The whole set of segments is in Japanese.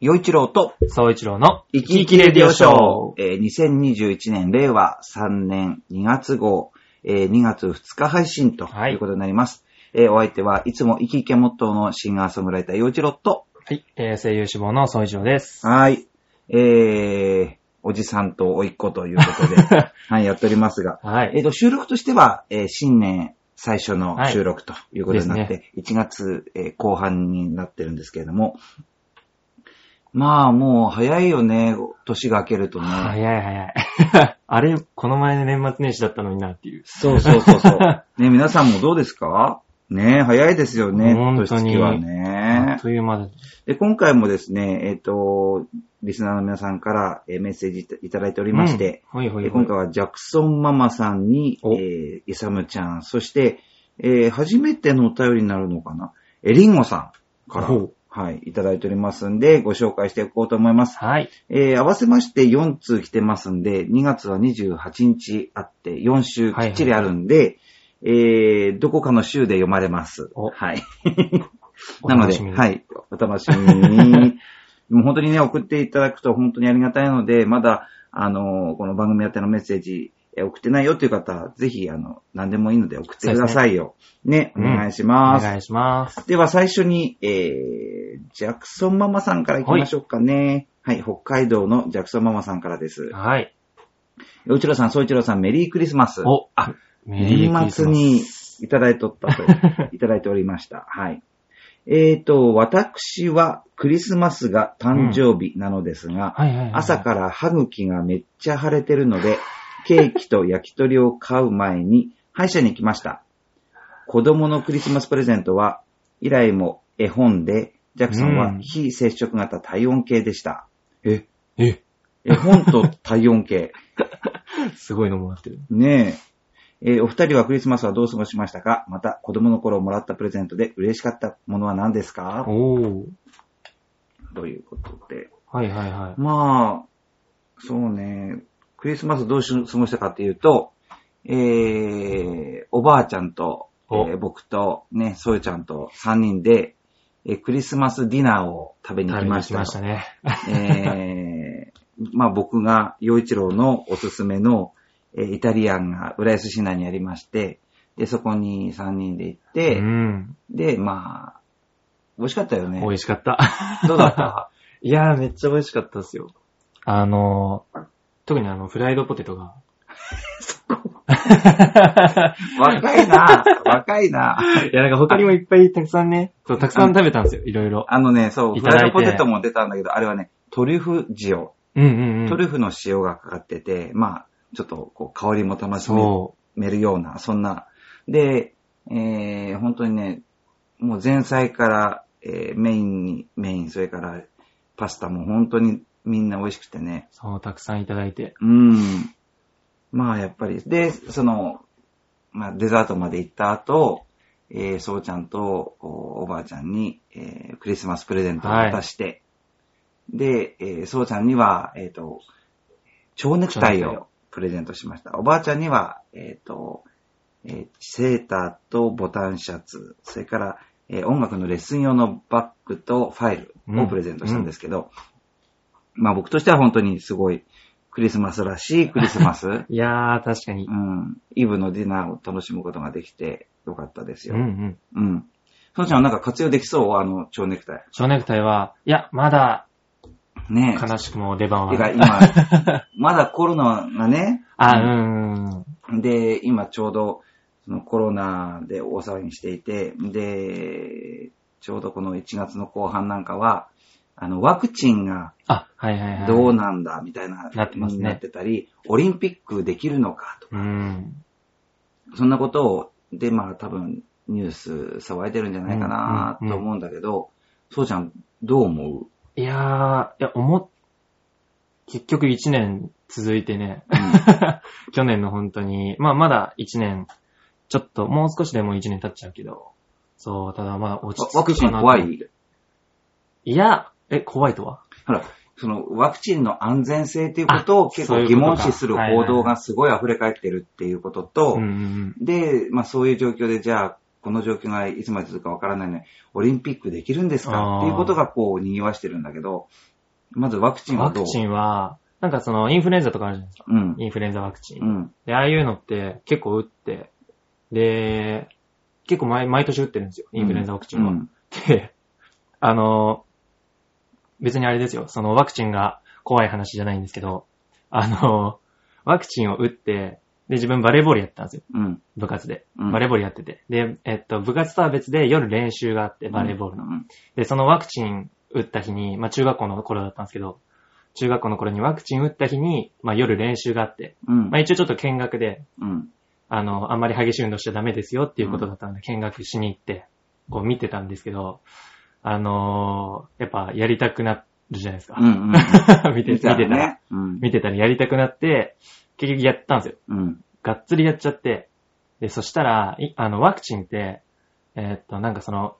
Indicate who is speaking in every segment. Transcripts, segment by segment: Speaker 1: 洋一郎と、
Speaker 2: 総一郎の
Speaker 1: 生
Speaker 2: き生きレディオショー
Speaker 1: えー2021年令和3年2月号、えー2月2日配信と
Speaker 2: はい
Speaker 1: いうことになります。えーお相手はいつも生き生きモットーのシンガーソングライター洋一郎と、
Speaker 2: はい、えー声優志望の総一郎です。
Speaker 1: はい、えー、おじさんとおいっ子という ことで、はい、やっておりますが、
Speaker 2: は
Speaker 1: えっ、
Speaker 2: い。
Speaker 1: と、収録としては、えー新年最初の
Speaker 2: はい
Speaker 1: 収録ということになっ
Speaker 2: で
Speaker 1: て、1月、えー後半になってるんですけれども、まあ、もう早いよね、年が明けるとね。
Speaker 2: 早い早い。 あれ、この前の年末年始だったのになっていう。
Speaker 1: そうそうそう そう。ね、皆さんもどうですかね、早いですよね、
Speaker 2: 本
Speaker 1: 年
Speaker 2: 当に
Speaker 1: 月は
Speaker 2: あ
Speaker 1: ね
Speaker 2: っ。という間だ。
Speaker 1: で、今回もですね、えっ、と、リスナーの皆さんから、えーメッセージいただいておりまして、
Speaker 2: うん。はいはい
Speaker 1: えー
Speaker 2: はい。
Speaker 1: 今回はジャクソンママさんに、
Speaker 2: お
Speaker 1: えー、イサムちゃん、そして、えー初めてのお便りになるのかなえー、リンゴさんから
Speaker 2: ほう、
Speaker 1: はい、いただいておりますんで、ご紹介していこうと思います。
Speaker 2: はい。
Speaker 1: えー合わせまして4通来てますんで、2月は28日あって、4週きっちりあるんで、えーどこかの週で読まれます。
Speaker 2: お
Speaker 1: はい。
Speaker 2: お
Speaker 1: なの
Speaker 2: 楽
Speaker 1: で、
Speaker 2: しみに
Speaker 1: はい。お楽しみ に。もう本当にね、送っていただくと本当にありがたいので、まだ、あの、この番組宛てのメッセージ、え送ってないよっていう方は、ぜひ、あの、何でもいいので送ってくださいよ。ね
Speaker 2: そうですね
Speaker 1: お願いし
Speaker 2: お
Speaker 1: ます。
Speaker 2: 願いします。
Speaker 1: では最初に、えー、ジャクソンママさんから行きましょうかね。はい、北海道のジャクソンママさんからです。
Speaker 2: はい。
Speaker 1: 洋一郎さん、総一郎さん、メリークリスマス。
Speaker 2: お、
Speaker 1: あ、
Speaker 2: メリーク
Speaker 1: 年
Speaker 2: リス
Speaker 1: 末
Speaker 2: マス。
Speaker 1: にいただいとったと、 いただいておりました。はい。えーと、私はクリスマスが誕生日なのですが、
Speaker 2: はいはいはい。
Speaker 1: 朝から歯茎がめっちゃ腫れてるので、ケーキと焼き鳥を買う前に歯医者に行きました。子供のクリスマスプレゼントは、以来も絵本で、ジャクソン
Speaker 2: う
Speaker 1: は
Speaker 2: ん
Speaker 1: 非接触型体温計でした。え
Speaker 2: え、
Speaker 1: 絵本と体温計。
Speaker 2: すごいのもらってる。
Speaker 1: ねえ。えーお二人はクリスマスはどう過ごしましたかまた、子供の頃もらったプレゼントで嬉しかったものは何ですか
Speaker 2: おー。
Speaker 1: ということで。
Speaker 2: はいはいはい。
Speaker 1: まあ、そうね、クリスマスどうし過ごしたかっていうと、えー、おばあちゃんと、え
Speaker 2: お
Speaker 1: ー僕とね、そうよちゃんと3人で、えークリスマスディナーを食べに行き
Speaker 2: 旅
Speaker 1: ま
Speaker 2: に
Speaker 1: し
Speaker 2: 来
Speaker 1: た
Speaker 2: ま
Speaker 1: よ。
Speaker 2: したね。
Speaker 1: えー、まあ僕が、洋一郎のおすすめの、えーイタリアンが浦安市内にありまして、で、そこに3人で行っ
Speaker 2: う
Speaker 1: て、
Speaker 2: ん。
Speaker 1: で、まあ、美味しかったよね
Speaker 2: 美。味しかった。
Speaker 1: どうだった
Speaker 2: いやー、めっちゃ美味しかったですよ。あのー、特にあの、フライドポテトが。
Speaker 1: 若いな若いない
Speaker 2: や、なんか他にもいっぱいたくさんね、そう、たくさん食べたんですよ、いろいろ。
Speaker 1: あのね、そう、
Speaker 2: い
Speaker 1: フ
Speaker 2: ただいて
Speaker 1: ライドポテトも出たんだけど、あれはね、トリュフ塩。
Speaker 2: うんうんうん。
Speaker 1: トリュフの塩がかかってて、まあ、ちょっとこう香りも楽し
Speaker 2: そ
Speaker 1: めるような、そんな。で、えー、本当にね、もう前菜から、えーメインに、メイン、それからパスタも本当にみんな美味しくてね。
Speaker 2: う、そう、たくさんいただいて。
Speaker 1: うん。まあ、やっぱり。で、その、まあ、デザートまで行った後、えー、そうちゃんとおおばあちゃんに、えークリスマスプレゼントを渡して、で、えー、そうちゃんには、えっ、と、蝶ネクタイ
Speaker 2: 蝶ネクタイ
Speaker 1: をプレゼントしました。おばあちゃんには、えっ、と、えーセーターとボタンシャツ、それから、えー音楽のレッスン用のバッグとファイルをプレゼントしたんですけど、まあ僕としては本当にすごいクリスマスら しいクリスマス、う
Speaker 2: いやー、確かに。
Speaker 1: ん、イブのディナーを楽しむことができてよかったです
Speaker 2: う
Speaker 1: よ。
Speaker 2: んうん。
Speaker 1: うん。そのちゃんはなんか活用できそうあの、蝶ネクタイ。
Speaker 2: 蝶ネクタイは、いや、まだ、
Speaker 1: ねえ。
Speaker 2: 悲しくも出番は
Speaker 1: て
Speaker 2: な
Speaker 1: か
Speaker 2: い。
Speaker 1: 今、 まだコロナがね、
Speaker 2: あ、うんうんうん。
Speaker 1: で、今ちょうど、そのコロナで大騒ぎしていて、で、ちょうどこの1月の後半なんかは、あの、ワクチンが
Speaker 2: あ、はいはいはい。
Speaker 1: どうなんだみたいな、
Speaker 2: なってますね
Speaker 1: なってたり、オリンピックできるのかと。
Speaker 2: うん。
Speaker 1: そんなことを、で、まあ多分ニュース騒いでるんじゃないかな
Speaker 2: うんうん
Speaker 1: と
Speaker 2: うん
Speaker 1: 思うんだけど、そうちゃん、どう思う
Speaker 2: いやー、いや、思っ、結局1年続いてね、 去年の本当に、まあまだ1年、ちょっと、もう少しでもう1年経っちゃうけど、そう、ただまだ落ち着くかなと。
Speaker 1: ワクチン怖い
Speaker 2: いや、え、怖いとは
Speaker 1: ほら、そのワクチンの安全性ということを
Speaker 2: あ
Speaker 1: 結
Speaker 2: そ
Speaker 1: 構
Speaker 2: ういう
Speaker 1: 疑
Speaker 2: ことか
Speaker 1: 問視する報道がすごい溢れ返ってるっていうことと
Speaker 2: うん、うん
Speaker 1: で、まあそういう状況で、じゃあ、この状況がいつまで続くかわからないのに、オリンピックできるんですか
Speaker 2: あー
Speaker 1: っていうことがこう、賑わしてるんだけど、まずワクチンは
Speaker 2: ワ
Speaker 1: どう
Speaker 2: クチンは、なんかその、インフルエンザとかあるじゃないですか。
Speaker 1: うん。
Speaker 2: インフルエンザワクチン。
Speaker 1: うん。
Speaker 2: で、ああいうのって結構打って、で、結構毎毎年打ってるんですよ。インフルエンザワクチ
Speaker 1: う
Speaker 2: ンは。
Speaker 1: ん。
Speaker 2: で、 あの、別にあれですよ。そのワクチンが怖い話じゃないんですけど、あの、ワクチンを打って、で、自分バレーボールやってたんですよ。
Speaker 1: うん。
Speaker 2: 部活で。
Speaker 1: うん
Speaker 2: バレーボールやってて。で、えっと、部活とは別で夜練習があって、バレーボールの。
Speaker 1: うん。
Speaker 2: で、そのワクチン打った日に、まあ中学校の頃だったんですけど、中学校の頃にワクチン打った日に、まあ夜練習があって、
Speaker 1: うん
Speaker 2: まあ。一応ちょっと見学で、
Speaker 1: うん。
Speaker 2: あの、あんまり激しい運動しちゃダメですよっていうことだったんで、見学しに行って、こう見てたんですけど、あのーやっぱやりたくなるじゃないですか。
Speaker 1: うん。
Speaker 2: 見て、見
Speaker 1: 見
Speaker 2: てた
Speaker 1: た
Speaker 2: ら、
Speaker 1: ね。うん。
Speaker 2: 見てたらやりたくなって、結局やったんですよ。
Speaker 1: うん。
Speaker 2: がっつりやっちゃって、で、そしたら、いあの、ワクチンって、えーっと、なんかその、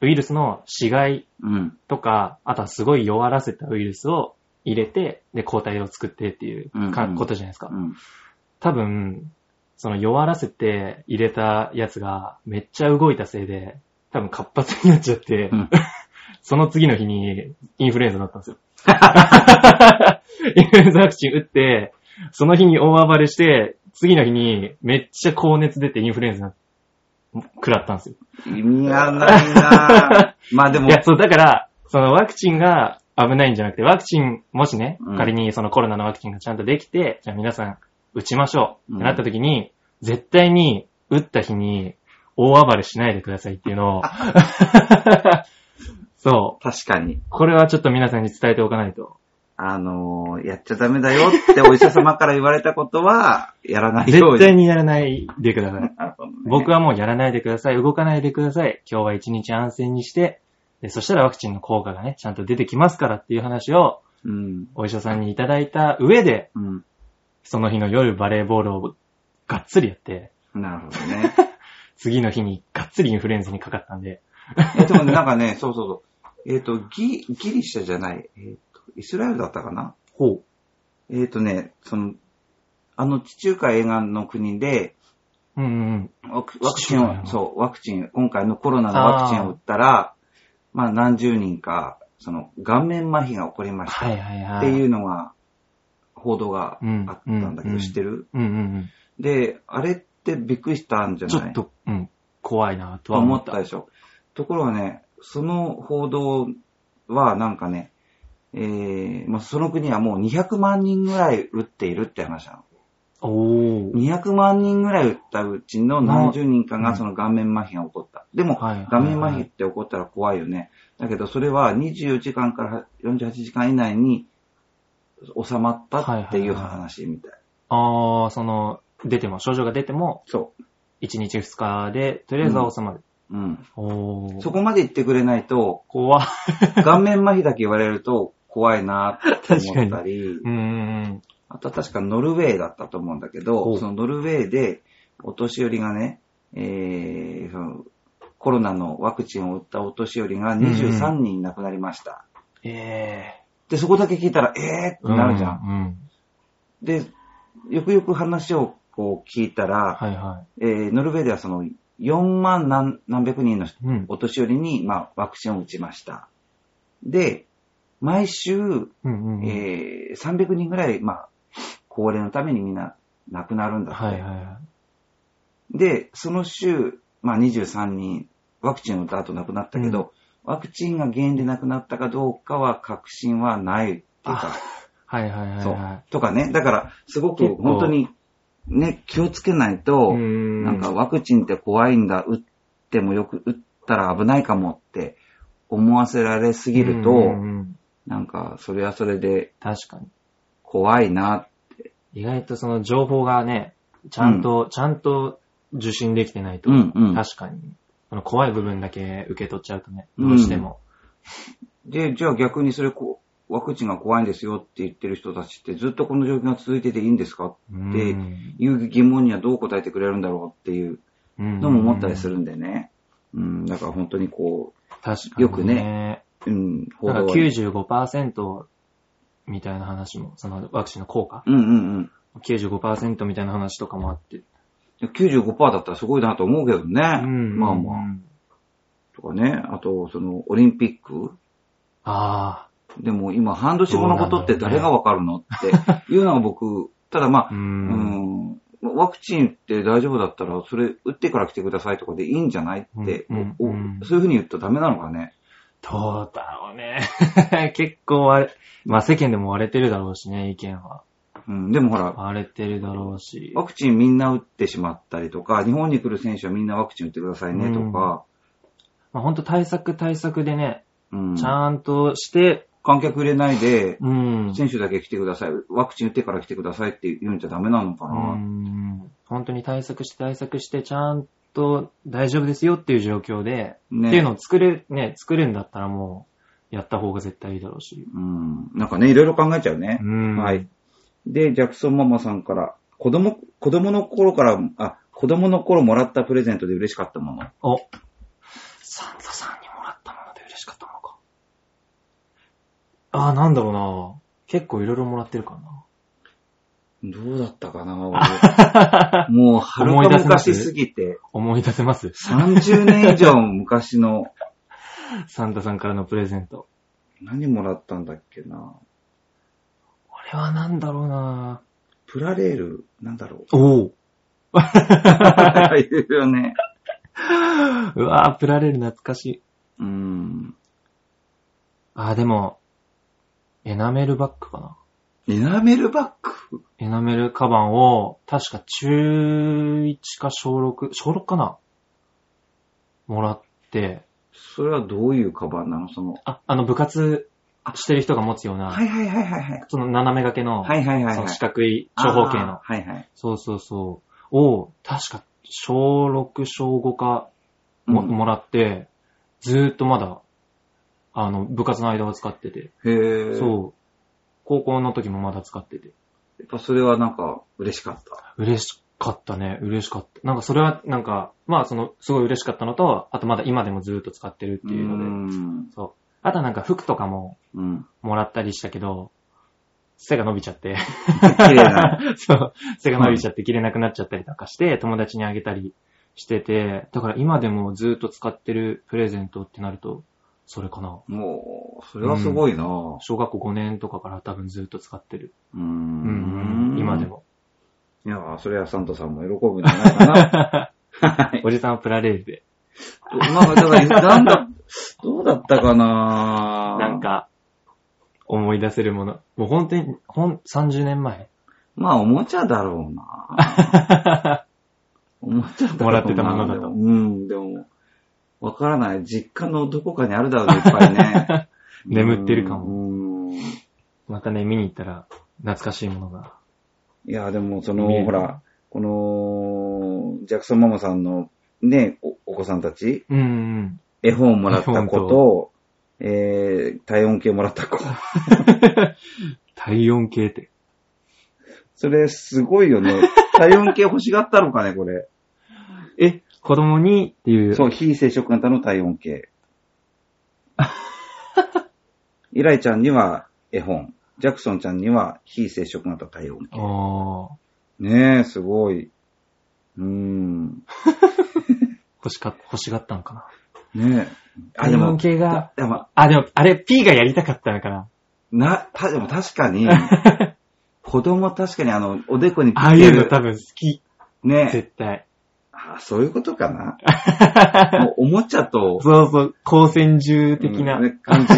Speaker 2: ウイルスの死骸
Speaker 1: うん。
Speaker 2: とか、あとはすごい弱らせたウイルスを入れて、で、抗体を作ってっていうか
Speaker 1: うんうん
Speaker 2: ことじゃないですか。
Speaker 1: うん。
Speaker 2: 多分、その弱らせて入れたやつがめっちゃ動いたせいで、多分活発になっちゃって、
Speaker 1: うん
Speaker 2: その次の日にインフルエンザだったんで すよ。インフルエンザワクチン打って、その日に大暴れして、次の日にめっちゃ高熱出てインフルエンザ食らったんですよ。
Speaker 1: 意味がない なぁまあでも
Speaker 2: い、や、そう、だから、そのワクチンが危ないんじゃなくて、ワクチン、もしね
Speaker 1: うん、
Speaker 2: 仮にそのコロナのワクチンがちゃんとできて、じゃあ皆さん、打ちましょうってなった時に、絶対に、打った日に、大暴れしないでくださいっていうのを、そ
Speaker 1: 確かに
Speaker 2: う、。これはちょっと皆さんに伝えておかないと。
Speaker 1: あのーやっちゃダメだよってお医者様から言われたことは、やらないように。
Speaker 2: 絶対にやらないでください。
Speaker 1: なるほどね
Speaker 2: 僕はもうやらないでください。動かないでください。今日は一日安静にして、でそしたらワクチンの効果がね、ちゃんと出てきますからっていう話を、
Speaker 1: うん。
Speaker 2: お医者さんにいただいた上で、
Speaker 1: うん。
Speaker 2: その日の夜バレーボールをがっつりやって、
Speaker 1: なるほどね。
Speaker 2: 次の日にがっつりインフルエンザにかかったんで、
Speaker 1: え、でもね、なんかね、そうそうそう。えっ、と、ギ、ギリシャじゃない、えっ、と、イスラエルだったかな
Speaker 2: ほう。
Speaker 1: えっ、とね、その、あの地中海沿岸の国で、
Speaker 2: うんうんうん。
Speaker 1: ワクワクチン
Speaker 2: 地中海
Speaker 1: を、
Speaker 2: の
Speaker 1: そう、ワクチン、今回のコロナのワクチンを打ったら、まあ何十人か、その、顔面麻痺が起こりました
Speaker 2: はいはいはい。。
Speaker 1: っていううのが、報道があったんだけ
Speaker 2: うんうん
Speaker 1: ど、
Speaker 2: うん
Speaker 1: 知ってる
Speaker 2: うんうん
Speaker 1: で、あれってびっくりしたんじ
Speaker 2: う
Speaker 1: ゃ
Speaker 2: ん。
Speaker 1: な
Speaker 2: ち
Speaker 1: い
Speaker 2: ょっと、うん、怖いなとは
Speaker 1: 思
Speaker 2: 思
Speaker 1: っ
Speaker 2: ったた。
Speaker 1: でしょ。ところがね、その報道はなんかね、えー、まあ、その国はもう200万人ぐらい打っているって話な
Speaker 2: お
Speaker 1: の。
Speaker 2: ー。
Speaker 1: 200万人ぐらい打ったうちの何十人か
Speaker 2: う
Speaker 1: が
Speaker 2: ん
Speaker 1: その顔面麻痺が起こった。でも、
Speaker 2: はいはいはい
Speaker 1: 顔面麻痺って起こったら怖いよね。だけど、それは24時間から48時間以内に収まったっていう話みたい。
Speaker 2: あー、その、出ても、症状が出ても、
Speaker 1: そ
Speaker 2: 1日2日で、とりあえずは収まる。
Speaker 1: う。うん。
Speaker 2: おー。
Speaker 1: そこまで言ってくれないと、
Speaker 2: 怖い。、
Speaker 1: 顔面麻痺だけ言われると怖いなって 思ったり
Speaker 2: うんうんうん。
Speaker 1: あとは確かノルウェーだったと思うんだけ
Speaker 2: ほ
Speaker 1: ど、
Speaker 2: う
Speaker 1: そのノルウェーでお年寄りがね、えーそのコロナのワクチンを打ったお年寄りが23人亡くなりました。
Speaker 2: え
Speaker 1: で、そこだけ聞いたら、えー
Speaker 2: ー。
Speaker 1: ってなるじゃん。
Speaker 2: うんうん。
Speaker 1: で、よくよく話をこう聞いたら、
Speaker 2: はいは
Speaker 1: えーノルウェーではその4万何何百人の
Speaker 2: い。うん。
Speaker 1: お年寄りに、まあ、ワクチンを打ちました。で、毎週、
Speaker 2: うんうんうん。
Speaker 1: えー300人ぐらい、まあ、高齢のためにみんな亡くなるんだって。
Speaker 2: はいはいは
Speaker 1: で、その週、まあ23人、ワクチンを打った後亡くなったけど、ワクチンが原因で亡くなったかどうかは確信はないっていうか、
Speaker 2: い。はいはいはい
Speaker 1: そう
Speaker 2: は。
Speaker 1: とかね、だから、すごく
Speaker 2: 結構
Speaker 1: 本当に、ね、気をつけないと
Speaker 2: い。、ん
Speaker 1: なんかワクチンって怖いんだ、打ってもよく、打ったら危ないかもって思わせられすぎると、
Speaker 2: うんうんうん
Speaker 1: なんか、それはそれで
Speaker 2: 確かに。
Speaker 1: 怖いな、
Speaker 2: 意外とその情報がね、ちゃんと、ちゃんと受信できてないと、
Speaker 1: うんうん。
Speaker 2: 確かに、その怖い部分だけ受け取っちゃうとね、
Speaker 1: うん
Speaker 2: どうしても。
Speaker 1: で、じゃあ逆にそれこう、ワクチンが怖いんですよって言ってる人たちってずっとこの状況が続いてていいんですかっ
Speaker 2: うん
Speaker 1: ていう疑問にはどう答えてくれるんだろうっていうのも思ったりす。
Speaker 2: うん
Speaker 1: るんでね。うん、だから本当にこ
Speaker 2: 確かに、
Speaker 1: よくね。う、うん、報
Speaker 2: なん
Speaker 1: 道
Speaker 2: か
Speaker 1: は。
Speaker 2: 95%みたいな話も、そのワクチンの効果、
Speaker 1: うんうんうん。
Speaker 2: 95%みたいな話とかもあって。
Speaker 1: 95%だったらすごいなと思うけどね。
Speaker 2: うん
Speaker 1: まあまあ。
Speaker 2: うん
Speaker 1: とかね。あと、その、オリンピック
Speaker 2: ああ、
Speaker 1: でも今、半年後のことって誰がわかるの っていうのが僕、ただまあ
Speaker 2: う、。
Speaker 1: うんん、ワクチンって大丈夫だったら、それ打ってから来てくださいとかでいいんじゃないって、
Speaker 2: うん
Speaker 1: お
Speaker 2: うん
Speaker 1: そういうふうに言うとダメなのかね。
Speaker 2: どうだろうね。 結構割れ、まあ世間でも割れてるだろうしね、意見は。
Speaker 1: うん、でもほら、
Speaker 2: 割れてるだろうし。
Speaker 1: ワクチンみんな打ってしまったりとか、日本に来る選手はみんなワクチン打ってくださいねとか、
Speaker 2: まあ、ほんと対策対策でね、
Speaker 1: うん
Speaker 2: ちゃんとして、
Speaker 1: 観客入れないで、
Speaker 2: うん。
Speaker 1: 選手だけ来てください、ワクチン打ってから来てくださいって言うんじゃダメなのか
Speaker 2: う
Speaker 1: な。
Speaker 2: ん本当に対策して対策して、ちゃんと大丈夫ですよっていう状況で、
Speaker 1: ね
Speaker 2: っていうのを作れ、ね、作るんだったらもう、やった方が絶対いいだろうし。
Speaker 1: うん、なんかね、いろいろ考えちゃうね
Speaker 2: う。ん。
Speaker 1: はい。。で、ジャクソンママさんから、子供、子供の頃から、あ、子供の頃もらったプレゼントで嬉しかったもの。
Speaker 2: お。サンタさんにもらったもので嬉しかったものか。あー、なんだろうな結構いろいろもらってるかな。
Speaker 1: どうだったか な俺もう、はるか昔すぎて、
Speaker 2: 思い出せます
Speaker 1: 30年以上昔の、
Speaker 2: サンタさんからのプレゼント。
Speaker 1: 何もらったんだっけな。
Speaker 2: 俺はなんだろうな
Speaker 1: プラレール、なんだろう。
Speaker 2: おお。
Speaker 1: いろいろね。
Speaker 2: うわープラレール懐かしい。
Speaker 1: うん。
Speaker 2: あー、でも、エナメルバッグかな。
Speaker 1: エナメルバッグ
Speaker 2: エナメルカバンを、確か中1か小6、小6かなもらって、
Speaker 1: それはどういうカバンなのその、
Speaker 2: あ、あの部活してる人が持つような、
Speaker 1: はいはいはいはいはい。
Speaker 2: その長め掛けの、
Speaker 1: はいはいはい
Speaker 2: そ
Speaker 1: は
Speaker 2: の
Speaker 1: い。
Speaker 2: 四角い長方形の
Speaker 1: あ、ー。はいはい。
Speaker 2: そうそうそう、を、確か小6、小5かも,、
Speaker 1: うん
Speaker 2: もらって、ずーっとまだ、あの、部活の間は使ってて、
Speaker 1: へー。
Speaker 2: そう、高校の時もまだ使ってて、
Speaker 1: やっぱそれはなんか嬉しかった。
Speaker 2: 嬉しかったね。嬉しかった。なんかそれは、なんか、まあその、すごい嬉しかったのと、あとまだ今でもずっと使ってるっていうので。
Speaker 1: の
Speaker 2: そう。あとはなんか服とかも
Speaker 1: うん。
Speaker 2: もらったりしたけど、背が伸びちゃって、
Speaker 1: 綺麗な。
Speaker 2: そう、背が伸びちゃって着れなくなっちゃったりとかして、友達にあげたりしてて、だから今でもずっと使ってるプレゼントってなると、それかな。
Speaker 1: もう、それはすごいなぁ。
Speaker 2: 小学校5年とかから多分ずっと使ってる。
Speaker 1: う
Speaker 2: うんん、今で。も。
Speaker 1: いやぁそれはサンタさんも喜ぶんじゃないかな。 はい。
Speaker 2: おじさんはプラレールで、
Speaker 1: なんか、だから、なんだ、どうだったかなぁ
Speaker 2: なん。か、思い出せるもの。もう本当に、ほん、30年前
Speaker 1: まあ、おもちゃだろうなぁ おもちゃだろうなぁ
Speaker 2: もらってたものだと
Speaker 1: うん、でも、わからない。実家のどこかにあるだろうね、いっぱいね。
Speaker 2: 眠ってるかも。
Speaker 1: も。うん
Speaker 2: またね、見に行ったら、懐かしいものが。
Speaker 1: いや、でも、そ
Speaker 2: 見え
Speaker 1: の、
Speaker 2: る
Speaker 1: ほら、この、ジャクソンママさんのね、おお子さんたち、
Speaker 2: うんうん。
Speaker 1: 絵本をもらった子
Speaker 2: 絵本
Speaker 1: と、えー、体温計をもらった子。
Speaker 2: 体温計って。
Speaker 1: それ、すごいよね。体温計欲しがったのかね、これ。
Speaker 2: え、子供にっていう。
Speaker 1: そう、非接触型の体温計。イライちゃんには絵本。ジャクソンちゃんには非接触型体温計。
Speaker 2: ああ、
Speaker 1: ねえ、すごい。うーん。
Speaker 2: 欲しか、欲しがったのかな。
Speaker 1: ねえ。あ、で
Speaker 2: 体温
Speaker 1: も、
Speaker 2: 計が、
Speaker 1: でも、
Speaker 2: あ、でも、あれ、P がやりたかったのかな。
Speaker 1: な、た、でも確か に、子供確かにあの、おでこに
Speaker 2: ああ
Speaker 1: つ
Speaker 2: い
Speaker 1: け
Speaker 2: うの
Speaker 1: る。
Speaker 2: 多分好き。
Speaker 1: ね。
Speaker 2: 絶対。
Speaker 1: あそういうことかな。 もうおもちゃと、
Speaker 2: そうそう、光線銃的な
Speaker 1: うん、ね感 じ。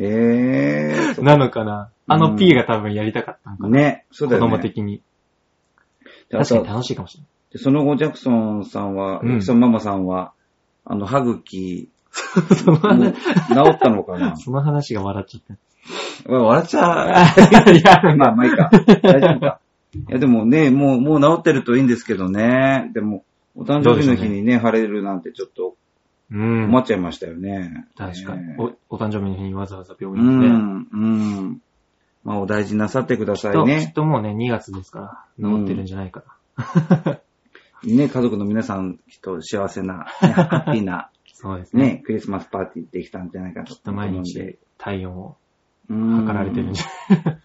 Speaker 1: ええ
Speaker 2: なのかな。あ
Speaker 1: うん
Speaker 2: の P が多分やりたかったのかな。
Speaker 1: ね。そうだ
Speaker 2: 子
Speaker 1: よね。
Speaker 2: 供的に。
Speaker 1: であ
Speaker 2: 確か
Speaker 1: と
Speaker 2: に楽しいかもしれない。
Speaker 1: でその後、ジャクソンさんは、
Speaker 2: うん
Speaker 1: ジャクソンママさんは、あの、歯茎、
Speaker 2: その
Speaker 1: もう
Speaker 2: 話、
Speaker 1: 治ったのかな
Speaker 2: その話が笑っちゃった。
Speaker 1: 笑っちゃ
Speaker 2: いや、
Speaker 1: う。まあ、まあいいか。大丈夫か。いや、でもね、もう、もう治ってるといいんですけどね。でも、お誕生日の日にね、晴れるなんてちょっと
Speaker 2: うん。
Speaker 1: 困っちゃいましたよね。
Speaker 2: 確か
Speaker 1: ね
Speaker 2: に。お、お誕生日の日にわざわざ病
Speaker 1: う
Speaker 2: 院行って。
Speaker 1: ん、うん。まあ、お大事になさってください
Speaker 2: と、きっ
Speaker 1: ね。
Speaker 2: ともうね、2月ですから、治ってるんじゃないかな。
Speaker 1: ね、家族の皆さん、きっと幸せな、 ねハッピーな、
Speaker 2: そうですね。
Speaker 1: ね、クリスマスパーティーできたんじゃないかと
Speaker 2: きっと毎
Speaker 1: 思うんで
Speaker 2: 日、体温を
Speaker 1: うん
Speaker 2: 測られてるんじゃない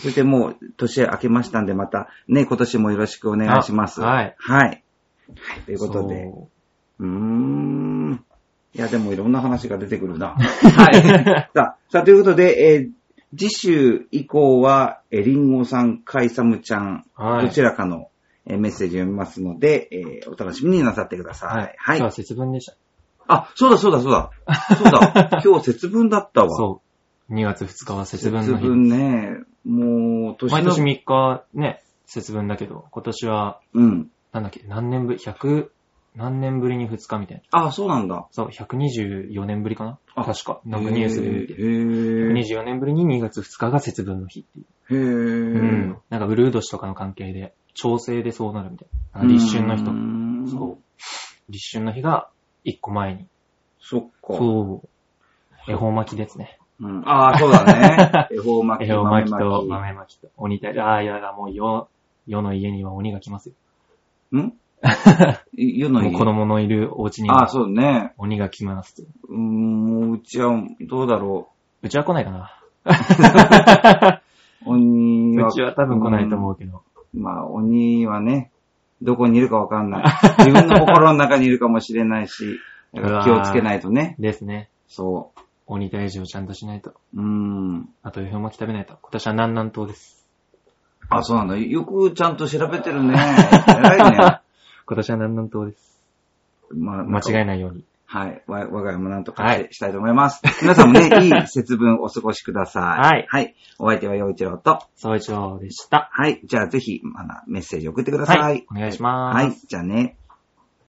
Speaker 1: そしてもう年明けましたんで、またね、今年もよろしくお願いします。
Speaker 2: あはい。
Speaker 1: はい。はい。ということで。
Speaker 2: そう
Speaker 1: ーん。いや、でもいろんな話が出てくるな。
Speaker 2: はい。
Speaker 1: さあ、さあ、ということで、えー次週以降は、えーリンゴさん、カイサムちゃん、
Speaker 2: はい
Speaker 1: どちらかの、えーメッセージを読みますので、えーお楽しみになさってください。
Speaker 2: 今
Speaker 1: はい。
Speaker 2: 日は節分でした。
Speaker 1: あ、そうだそうだそうだ。そう だ。今日節分だったわ。
Speaker 2: そう。2月2日は節分
Speaker 1: 節
Speaker 2: の日。
Speaker 1: 分ね。もう、年の
Speaker 2: 毎年3日ね、節分だけど、今年は、
Speaker 1: うん。
Speaker 2: なんだっけ、何年ぶり、100、何年ぶりに2日みたいな。
Speaker 1: あ、そうなんだ。
Speaker 2: そう、124年ぶりかな
Speaker 1: あ
Speaker 2: 確か。なんかニュースで見て。
Speaker 1: へー。へ
Speaker 2: 124年ぶりに2月2日が節分の日っていう。
Speaker 1: ー
Speaker 2: うん。なんかウルード氏とかの関係で、調整でそうなるみたいな。あの立春の日と
Speaker 1: う。ん
Speaker 2: そう。立春の日が1個前に。
Speaker 1: そっか。
Speaker 2: そう。恵方巻きですね。
Speaker 1: うん、ああ、そう だね。恵方巻き、
Speaker 2: 恵方巻きと
Speaker 1: 豆
Speaker 2: 豆巻きと鬼退治。ああ、いやだ、もう世、世の家には鬼が来ますよ。
Speaker 1: ん い世の
Speaker 2: もう
Speaker 1: 家。
Speaker 2: 子供のいるお家に
Speaker 1: ああ、
Speaker 2: は
Speaker 1: そうね。
Speaker 2: 鬼が来ますと。
Speaker 1: うーん、もううちは、どうだろ
Speaker 2: うちは来ないかな。
Speaker 1: う。鬼は、
Speaker 2: うちは多分来ないと思うけど。
Speaker 1: まあ、鬼はね、どこにいるかわかんない。自分の心の中にいるかもしれない し、だから気をつけないとね。
Speaker 2: ですね。
Speaker 1: そ
Speaker 2: 鬼退治をちゃんとしないと。
Speaker 1: う。うーん。
Speaker 2: あと、恵方巻き食べないと。今年は南南東です。
Speaker 1: あ、そうなんだ。よくちゃんと調べてる ね。偉いね。
Speaker 2: 今年は南南東です。
Speaker 1: まあ、
Speaker 2: 間違
Speaker 1: い。
Speaker 2: いないように。
Speaker 1: はい。わ我が家もなんとか
Speaker 2: は
Speaker 1: し
Speaker 2: い
Speaker 1: したいと思います。 皆さんもね、 いい節分お過ごしください。
Speaker 2: はい
Speaker 1: はい。お相手は陽一郎と。
Speaker 2: 総一郎でした。
Speaker 1: はい。じゃあぜひ、まだメッセージ送ってください。
Speaker 2: はい。お願いします。
Speaker 1: はい。じゃあね。